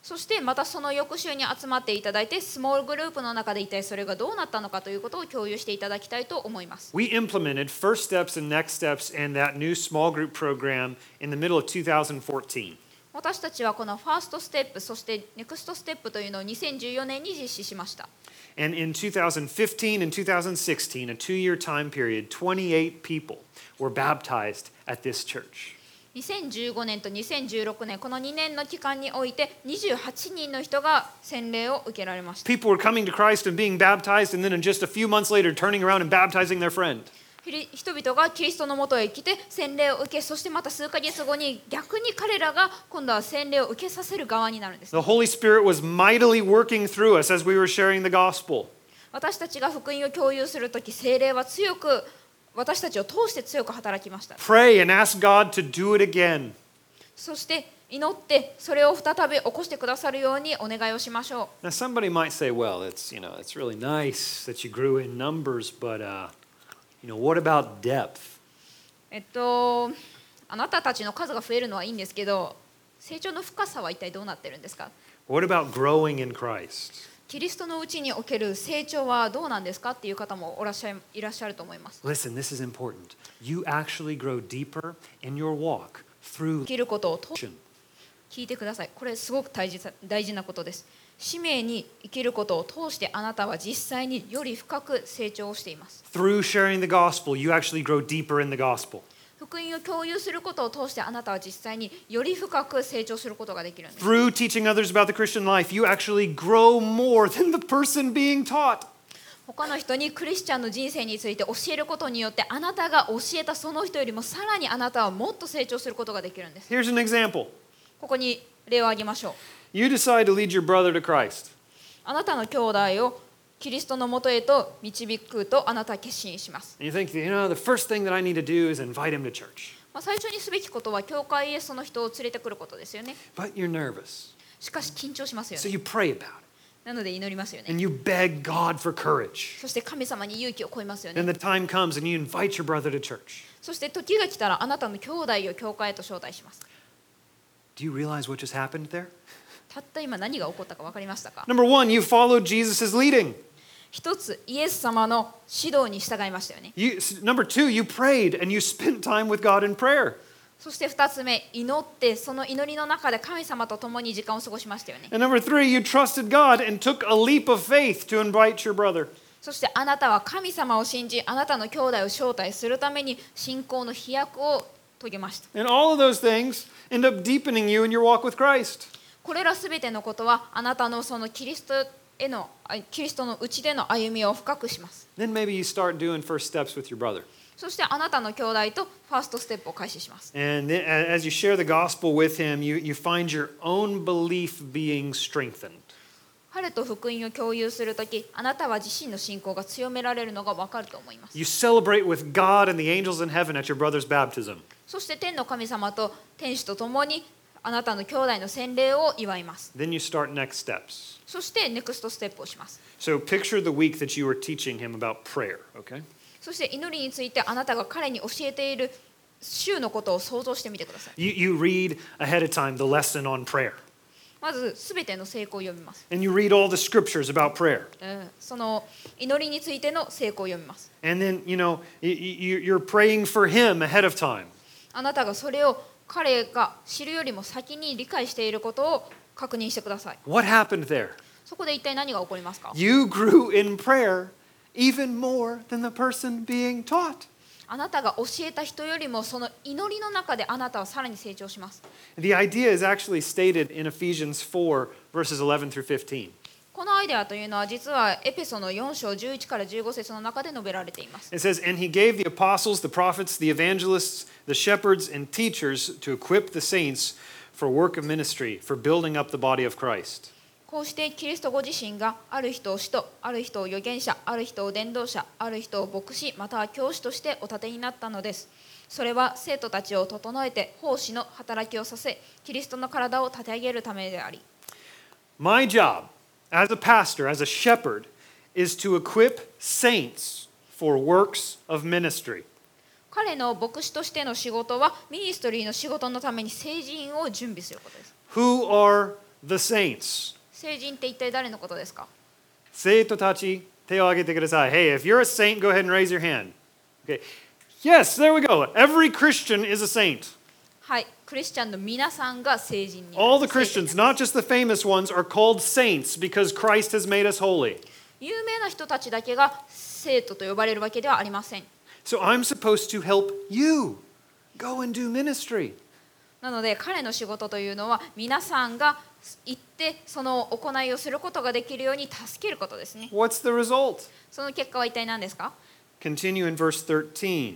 Speaker 2: そしてまたその翌週に集まっていただいてスモールグループの中で一体それがどうなったのかということを共有していただきたいと思います
Speaker 1: We implemented first steps and next steps and that new small group program in the middle of 2014.
Speaker 2: 私たちはこのファーストステップそしてネクストステップというのを2014年に実施しました
Speaker 1: And in 2015 and 2016, a two year time period, 28 people were baptized at this church.
Speaker 2: 2015年と2016年この2年の期間において28人の人が洗礼を受けられました
Speaker 1: People were coming to Christ and being baptized, and then in just a few months later, turning around and baptizing their friend.
Speaker 2: ひり人々がキリストのもとへ来て洗礼を受けそしてまた数ヶ月後に逆に彼らが今度は洗礼を受けさせる側になるんです
Speaker 1: The Holy Spirit was mightily working through us as we were sharing the gospel.
Speaker 2: 私たちが福音を共有する時聖霊は強く私たちを通して強く働きました
Speaker 1: Pray and ask God to do it again.
Speaker 2: そして祈ってそれを再び起こしてくださるようにお願いをしましょう
Speaker 1: Now, somebody might say, well, it's, you know, it's really nice that you grew in numbers, but, uh, you know, what about depth?
Speaker 2: えっとあなたたちの数が増えるのはいいんですけど成長の深さは一体どうなってるんですか
Speaker 1: What about growing in Christ?
Speaker 2: キリストのうちにおける成長はどうなんですかっていう方もおらっしゃいいらっしゃると思います
Speaker 1: Listen, this is important. You actually grow deeper in your walk through
Speaker 2: 生きることを通
Speaker 1: action.
Speaker 2: 聞いてくださいこれすごく大事さ大事なことです使命に生きることを通してあなたは実際により深く成長をしています
Speaker 1: Through sharing the gospel, you actually grow deeper in the gospel.
Speaker 2: 福音を共有することを通してあなたは実際により深く成長することができるんです
Speaker 1: Through teaching others about the Christian life, you actually grow more than the person being taught.
Speaker 2: 他の人にクリスチャンの人生について教えることによってあなたが教えたその人よりもさらにあなたはもっと成長することができるんです
Speaker 1: Here's an example
Speaker 2: ここに例を挙げましょう
Speaker 1: you decide to lead your brother to Christ.
Speaker 2: あなたの兄弟をキリストのもとへと導くとあなたは決心します、
Speaker 1: And you think, you know, the first thing that I need to do is invite him to church.
Speaker 2: まあ、最初にすべきことは教会へその人を連れてくることですよね
Speaker 1: But you're nervous.
Speaker 2: しかし緊張しますよ
Speaker 1: So
Speaker 2: ね
Speaker 1: you pray about it
Speaker 2: なので祈りますよね
Speaker 1: and you beg God for courage.
Speaker 2: そして神様に勇気を超えますよ
Speaker 1: Then
Speaker 2: ね
Speaker 1: the time comes and you invite your brother to church.
Speaker 2: そして時が来たらあなたの兄弟を教会へと招待します
Speaker 1: Do you realize what just happened there?
Speaker 2: たった今何が起こったか分かりましたか
Speaker 1: Number one, you followed Jesus' leading.
Speaker 2: 一つイエス様の指導に従いましたよね
Speaker 1: You, s- number two, you prayed and you spent time with God in prayer.
Speaker 2: そして二つ目祈ってその祈りの中で神様と共に時間を過ごしましたよね
Speaker 1: And number three, you trusted God and took a leap of faith to invite your brother.
Speaker 2: そしてあなたは神様を信じあなたの兄弟を招待するために信仰の飛躍を遂げました
Speaker 1: And all of those things end up deepening you in your walk with Christ.
Speaker 2: これらすべてのことはあなたのそのキリストへのあキリストのうちでの歩みを深くします
Speaker 1: Then maybe you start doing first steps with your brother.
Speaker 2: そしてあなたの兄弟とファーストステップを開始します
Speaker 1: And then, a- as you share the gospel with him, you, you find your own belief being strengthened.
Speaker 2: 彼と福音を共有するときあなたは自身の信仰が強められるのがわかると思います
Speaker 1: You celebrate with God and the angels in heaven at your brother's baptism.
Speaker 2: そして天の神様と天使と共にあなたの兄弟の洗礼を祝います
Speaker 1: Then you start next steps.
Speaker 2: そしてネクストステップをします
Speaker 1: So picture the week that you were teaching him about prayer, okay?
Speaker 2: そして祈りについてあなたが彼に教えている週のことを想像してみてください
Speaker 1: You, you read ahead of time the lesson on prayer,
Speaker 2: まずすべての成功を読みます、
Speaker 1: and you read all the scriptures about prayer.
Speaker 2: うんその祈りについての成功を読みます
Speaker 1: And then, you know, you, you, you're praying for him ahead of time.
Speaker 2: あなたがそれを彼が知るよりも先に理解していることを確認してください
Speaker 1: What happened there?
Speaker 2: そこで一体何が起こりますか
Speaker 1: You grew in prayer even more than the person being taught.
Speaker 2: あなたが教えた人よりもその祈りの中であなたはさらに成長します
Speaker 1: The idea is actually stated in Ephesians 4, verses 11 through 15.
Speaker 2: このアイデアというのは実はエペソの4章11から15節の中で述べられています
Speaker 1: It says, And he gave the apostles, the prophets, the evangelists, the shepherds, and teachers to equip the saints for work of ministry, for building up the body of Christ.
Speaker 2: こうしてキリストご自身がある人を使徒、ある人を預言者、ある人を伝道者、ある人を牧師、または教師としてお立てになったのです。それは生徒たちを整えて奉仕の働きをさせ、キリストの体を立て上げるためであり、
Speaker 1: My job as a pastor, as a shepherd, is to equip saints for works of ministry.
Speaker 2: 彼の牧師としての仕事はミニストリーの仕事のために聖人を準備することです。
Speaker 1: Who are the saints?
Speaker 2: 聖人って一体誰のことですか
Speaker 1: Seitotachi, teoagetekudasai. Hey, if you're a saint, go ahead and raise your hand. Okay. Yes, there we go. Every Christian is a saint.
Speaker 2: はい、クリスチャンの皆さんが聖人になる。
Speaker 1: All the
Speaker 2: 聖
Speaker 1: Christians,
Speaker 2: 人になる
Speaker 1: not just the famous ones, are called saints because Christ has made us holy.
Speaker 2: 有名な人たちだけが生徒と呼ばれるわけではありません。
Speaker 1: So I'm supposed to help you go and do ministry.
Speaker 2: なので彼の仕事というのは皆さんが行ってその行いをすることができるように助けることですね。
Speaker 1: What's the result?
Speaker 2: その結果は一体何ですか
Speaker 1: Continue in verse 13.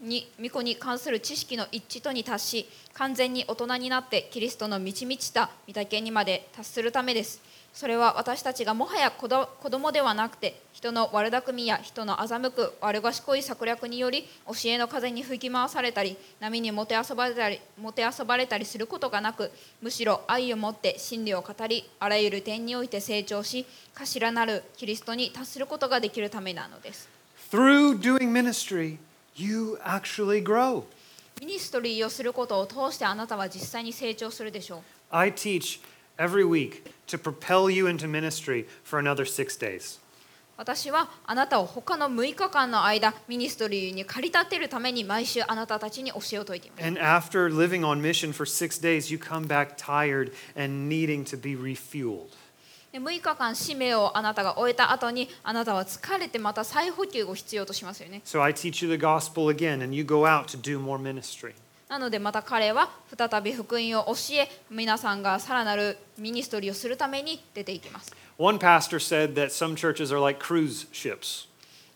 Speaker 2: に御子に関する知識の一致とに達し完全に大人になってキリストの満ち満ちた御岳にまで達するためです。それは私たちがもはや子ど子供ではなくて人の悪巧みや人の欺く悪賢い策略により教えの風に吹き回されたり波にもてあそばれたりもてあそばれたりすることがなくむしろ愛を持って真理を語りあらゆる点において成長し頭なるキリストに達することができるためなのです
Speaker 1: Through doing ministry, you actually grow.
Speaker 2: ミニストリーをすることを通してあなたは実際に成長するでしょう
Speaker 1: I teach every week to propel you into ministry for another six days.
Speaker 2: 私はあなたを他の6日間の間ミニストリーに駆り立てるために毎週あなたたちに教えを説いています
Speaker 1: And after living on mission for six days, you come back tired and needing to be refueled.
Speaker 2: で6日間使命をあなたが終えた後にあなたは疲れてまた再補給を必要としますよね
Speaker 1: So I teach you the gospel again, and you go out to do more ministry.
Speaker 2: なのでまた彼は再び福音を教え皆さんがさらなるミニストリーをするために出ていきます
Speaker 1: One pastor said that some churches are like cruise ships.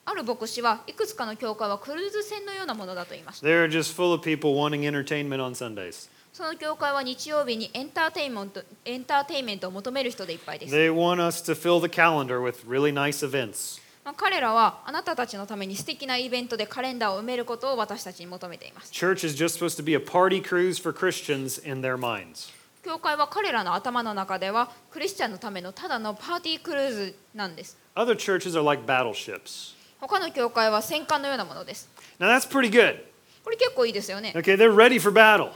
Speaker 2: ある牧師はいくつかの教会はクルーズ船のようなものだと言いました
Speaker 1: They're just full of people wanting entertainment on Sundays.
Speaker 2: その教会は日曜日にエンターテインメントエンターテインメントを求める人でいっぱいです、
Speaker 1: They want us to fill the calendar with really nice events.
Speaker 2: まあ、彼らはあなたたちのために素敵なイベントでカレンダーを埋めることを私たちに求めています
Speaker 1: Church is just supposed to be a party cruise for Christians in their minds.
Speaker 2: 教会は彼らの頭の中ではクリスチャンのためのただのパーティークルーズなんです
Speaker 1: Other churches are like battleships.
Speaker 2: 他の教会は戦艦のようなものです
Speaker 1: Now that's pretty good.
Speaker 2: これ結構いいですよね
Speaker 1: Okay, they're ready for battle.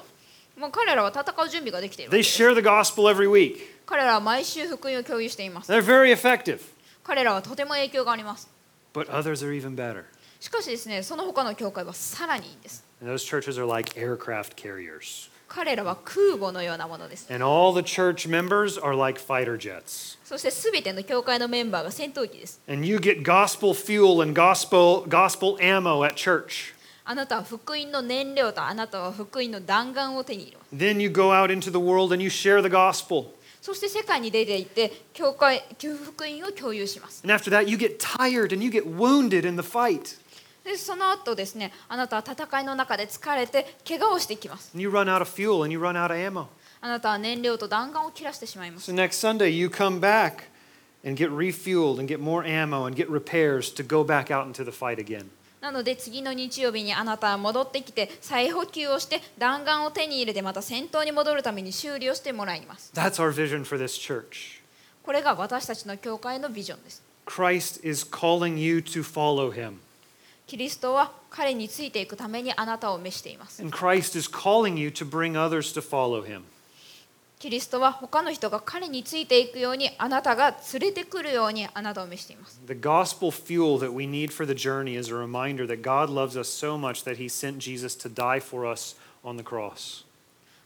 Speaker 2: もう彼らは戦う準備ができているわけ
Speaker 1: They
Speaker 2: です
Speaker 1: share the gospel every week.
Speaker 2: 彼らは毎週福音を共有しています
Speaker 1: They're very effective.
Speaker 2: 彼らはとても影響があります
Speaker 1: But others are even better.
Speaker 2: しかしですねその他の教会はさらにいいんです
Speaker 1: And those churches are like aircraft carriers.
Speaker 2: 彼らは空母のようなものです
Speaker 1: And all the church members are like fighter jets.
Speaker 2: そして全ての教会のメンバーが戦闘機です
Speaker 1: And you get gospel fuel and gospel gospel ammo at church.
Speaker 2: あなたは福音の燃料とあなたは福音の弾丸を手に入れます
Speaker 1: Then you go out into the world and you share the gospel.
Speaker 2: そして世界に出て行って教会福音を共有します
Speaker 1: And after that, you get tired and you get wounded in the fight.
Speaker 2: でその後ですねあなたは戦いの中で疲れて怪我をしてきます
Speaker 1: And you run out of fuel and you run out of ammo.
Speaker 2: あなたは燃料と弾丸を切らしてしまいます
Speaker 1: So next Sunday, you come back and get refueled and get more ammo and get repairs to go back out into the fight again.
Speaker 2: なので次の日曜日にあなたは戻ってきて再補給をして弾丸を手に入れてまた戦闘に戻るために修理をしてもらいます。
Speaker 1: That's our vision for this church.
Speaker 2: これが私たちの教会のビジョンです。
Speaker 1: Christ is calling you to follow him,
Speaker 2: キリストは彼についていくためにあなたを召しています。
Speaker 1: and Christ is calling you to bring others to follow him.
Speaker 2: キリストは他の人が彼についていくようにあなたが連れてくるようにあなたを召しています
Speaker 1: The gospel fuel that we need for the journey is a reminder that God loves us so much that he sent Jesus to die for us on the cross.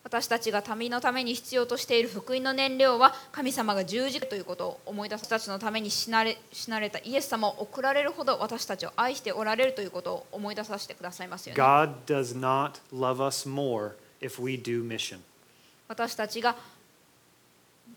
Speaker 2: 私たちが民のために必要としている福音の燃料は神様が十字架ということを思い出す私たちのために死なれ死なれたイエス様を送られるほど私たちを愛しておられるということを思い出させてくださいますよね
Speaker 1: God does not love us more if we do mission.
Speaker 2: 私たちが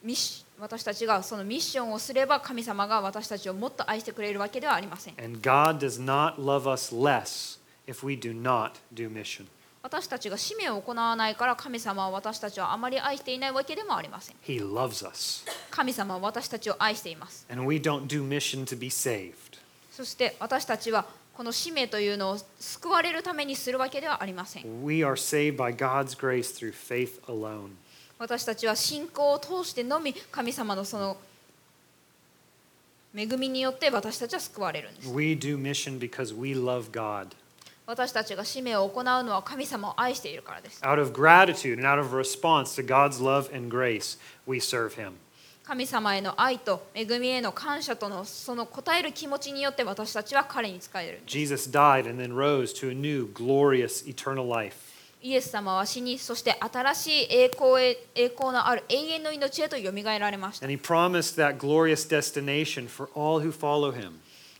Speaker 2: ミッシ私たちがそのミッションをすれば神様が私たちをもっと愛してくれるわけではありません
Speaker 1: And God does not love us less if we do not do mission.
Speaker 2: 私たちが使命を行わないから神様は私たちをあまり愛していないわけでもありません
Speaker 1: He loves us.
Speaker 2: 神様は私たちを愛しています
Speaker 1: And we don't do mission to be saved.
Speaker 2: そして私たちはこの使命というのを救われるためにするわけではありません
Speaker 1: We are saved by God's grace through faith alone.
Speaker 2: 私たちは信仰を通してのみ神様のその恵みによって私たちは救われるんです
Speaker 1: We do mission because we love God.
Speaker 2: 私たちが使命を行うのは神様を愛しているからです
Speaker 1: Out of gratitude and out of response to God's love and grace, we serve Him.
Speaker 2: 神様への愛と恵みへの感謝とのその応える気持ちによって私たちは彼に仕えるんです
Speaker 1: Jesus died and then rose to a new, glorious, eternal life.
Speaker 2: イエス様は死にそして新しい栄光へ栄光のある永遠の命へとよみがえられました
Speaker 1: And He promised that glorious destination for all who follow Him.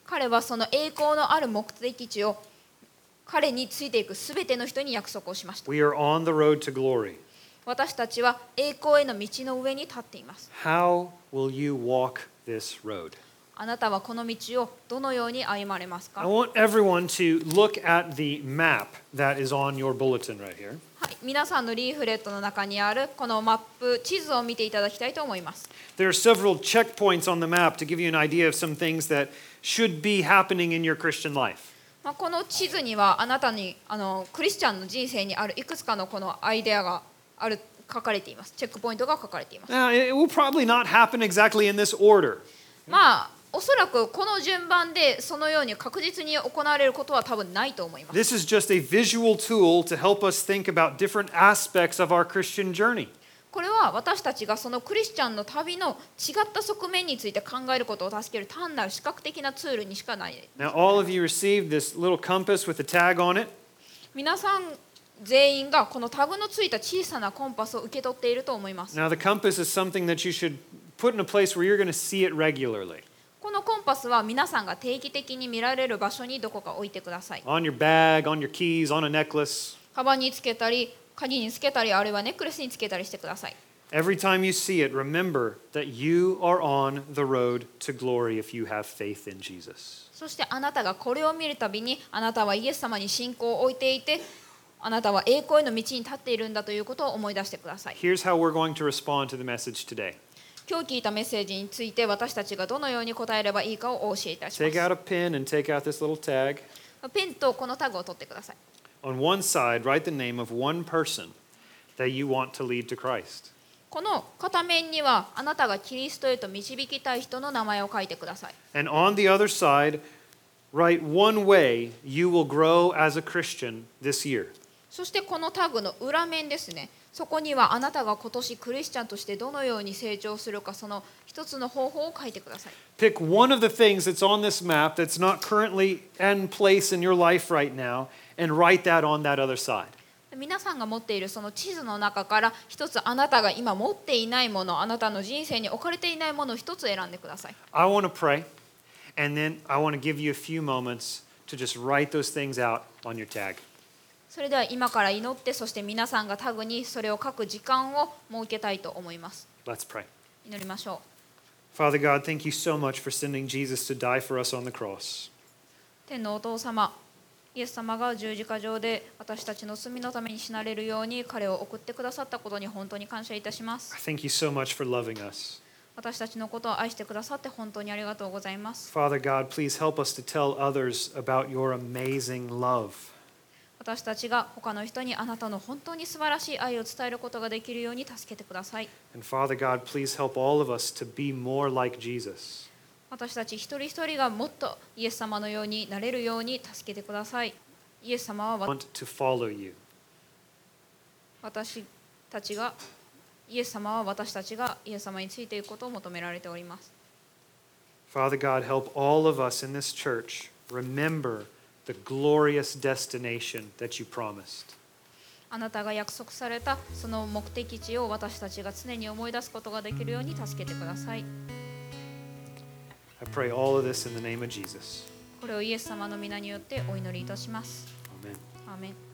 Speaker 2: 彼はその栄光のある目的地を彼についていくすべての人に約束をしました
Speaker 1: We are on the road to glory.
Speaker 2: 私たちは栄光への道の上に立っています
Speaker 1: How will you walk this road?
Speaker 2: あなたはこの道をどのように歩まれます
Speaker 1: I
Speaker 2: か、は
Speaker 1: want everyone to look at the map that is on your bulletin right here.
Speaker 2: い、皆さんのリーフレットの中にあるこのマップ地図を見ていただきたいと思います
Speaker 1: There are several checkpoints on the map to give you an idea of some things that should be happening in your Christian life.
Speaker 2: まあ、この地図にはあなたにあのクリスチャンの人生にあるいくつかのこのアイデアがある書かれていますチェックポイントが書かれています
Speaker 1: Now, it it will probably not happen exactly in this order,
Speaker 2: まあおそらくこの順番でそのように確実に行われることは多分ないと思います
Speaker 1: This is just a visual tool to help us think about different aspects of our Christian journey.
Speaker 2: これは私たちがそのクリスチャンの旅の違った側面について考えることを助ける単なる視覚的なツールにしかない
Speaker 1: Now, all of you received this little compass with a tag on it.
Speaker 2: 皆さん全員がこのタグのついた小さなコンパスを受け取っていると思います
Speaker 1: Now, the compass is something that you should put in a place where you're going to see it regularly
Speaker 2: このコンパスは皆さんが定期的に見られる場所にどこか置いてください
Speaker 1: on your bag, on your keys, on a necklace.
Speaker 2: カバンにつけたり鍵につけたりあるいはネックレスにつけたりしてください
Speaker 1: Every time you see it, remember that you are on the road to glory if you have faith in Jesus.
Speaker 2: そしてあなたがこれを見るたびにあなたはイエス様に信仰を置いていてあなたは栄光への道に立っているんだということを思い出してください
Speaker 1: Here's how we're going to respond to the message today
Speaker 2: 今日聞いたメッセージについて私たちがどのように答えればいいかをお教えいたしま
Speaker 1: take
Speaker 2: す
Speaker 1: out a pen and take out this little tag.
Speaker 2: ペンとこのタグを取ってください
Speaker 1: On one side, write the name of one person that you want to lead to Christ.
Speaker 2: この片面にはあなたがキリストへと導きたい人の名前を書いてください
Speaker 1: And on the other side, write one way you will grow as a Christian this year.
Speaker 2: そしてこのタグの裏面ですねそこにはあなたが今年クリスチャンとしてどのように成長するかその一つの方法を書いてください
Speaker 1: Pick one of the things that's on this map that's not currently in place in your life right now and write that on that other side.
Speaker 2: 皆さんが持っているその地図の中から一つあなたが今持っていないものあなたの人生に置かれていないものを一つ選んでください
Speaker 1: I want to pray, and then I want to give you a few moments to just write those things out on your tag.
Speaker 2: それでは今から祈ってそして皆さんがタグにそれを書く時間を設けたいと思います
Speaker 1: Let's pray.
Speaker 2: 祈りましょう
Speaker 1: Father God, thank you so much for sending Jesus to die for us on the cross.
Speaker 2: 天のお父様イエス様が十字架上で私たちの罪のために死なれるように彼を送ってくださったことに本当に感謝いたしま
Speaker 1: I
Speaker 2: す
Speaker 1: Thank you so much for loving us.
Speaker 2: 私たちのことを愛してくださって本当にありがとうございます
Speaker 1: Father God, please help us to tell others about your amazing love.
Speaker 2: 私たちが他の人にあなたの本当に素晴らしい愛を伝えることができるように助けてください
Speaker 1: And Father God, please help all of us to be more like Jesus.
Speaker 2: 私たち一人一人がもっとイエス様のようになれるように助けてくださいイエス様
Speaker 1: I
Speaker 2: は
Speaker 1: want to follow you.
Speaker 2: 私たちがイエス様は私たちがイエス様についていくことを求められております。
Speaker 1: Father God, help all of us in this church remember the glorious destination that you promised.
Speaker 2: あなたが約束されたその目的地を私たちが常に思い出すことができるように助けてください。
Speaker 1: I pray all of this in the name of Jesus.
Speaker 2: これをイエス様の皆によってお祈りいたします。
Speaker 1: Amen.
Speaker 2: アーメン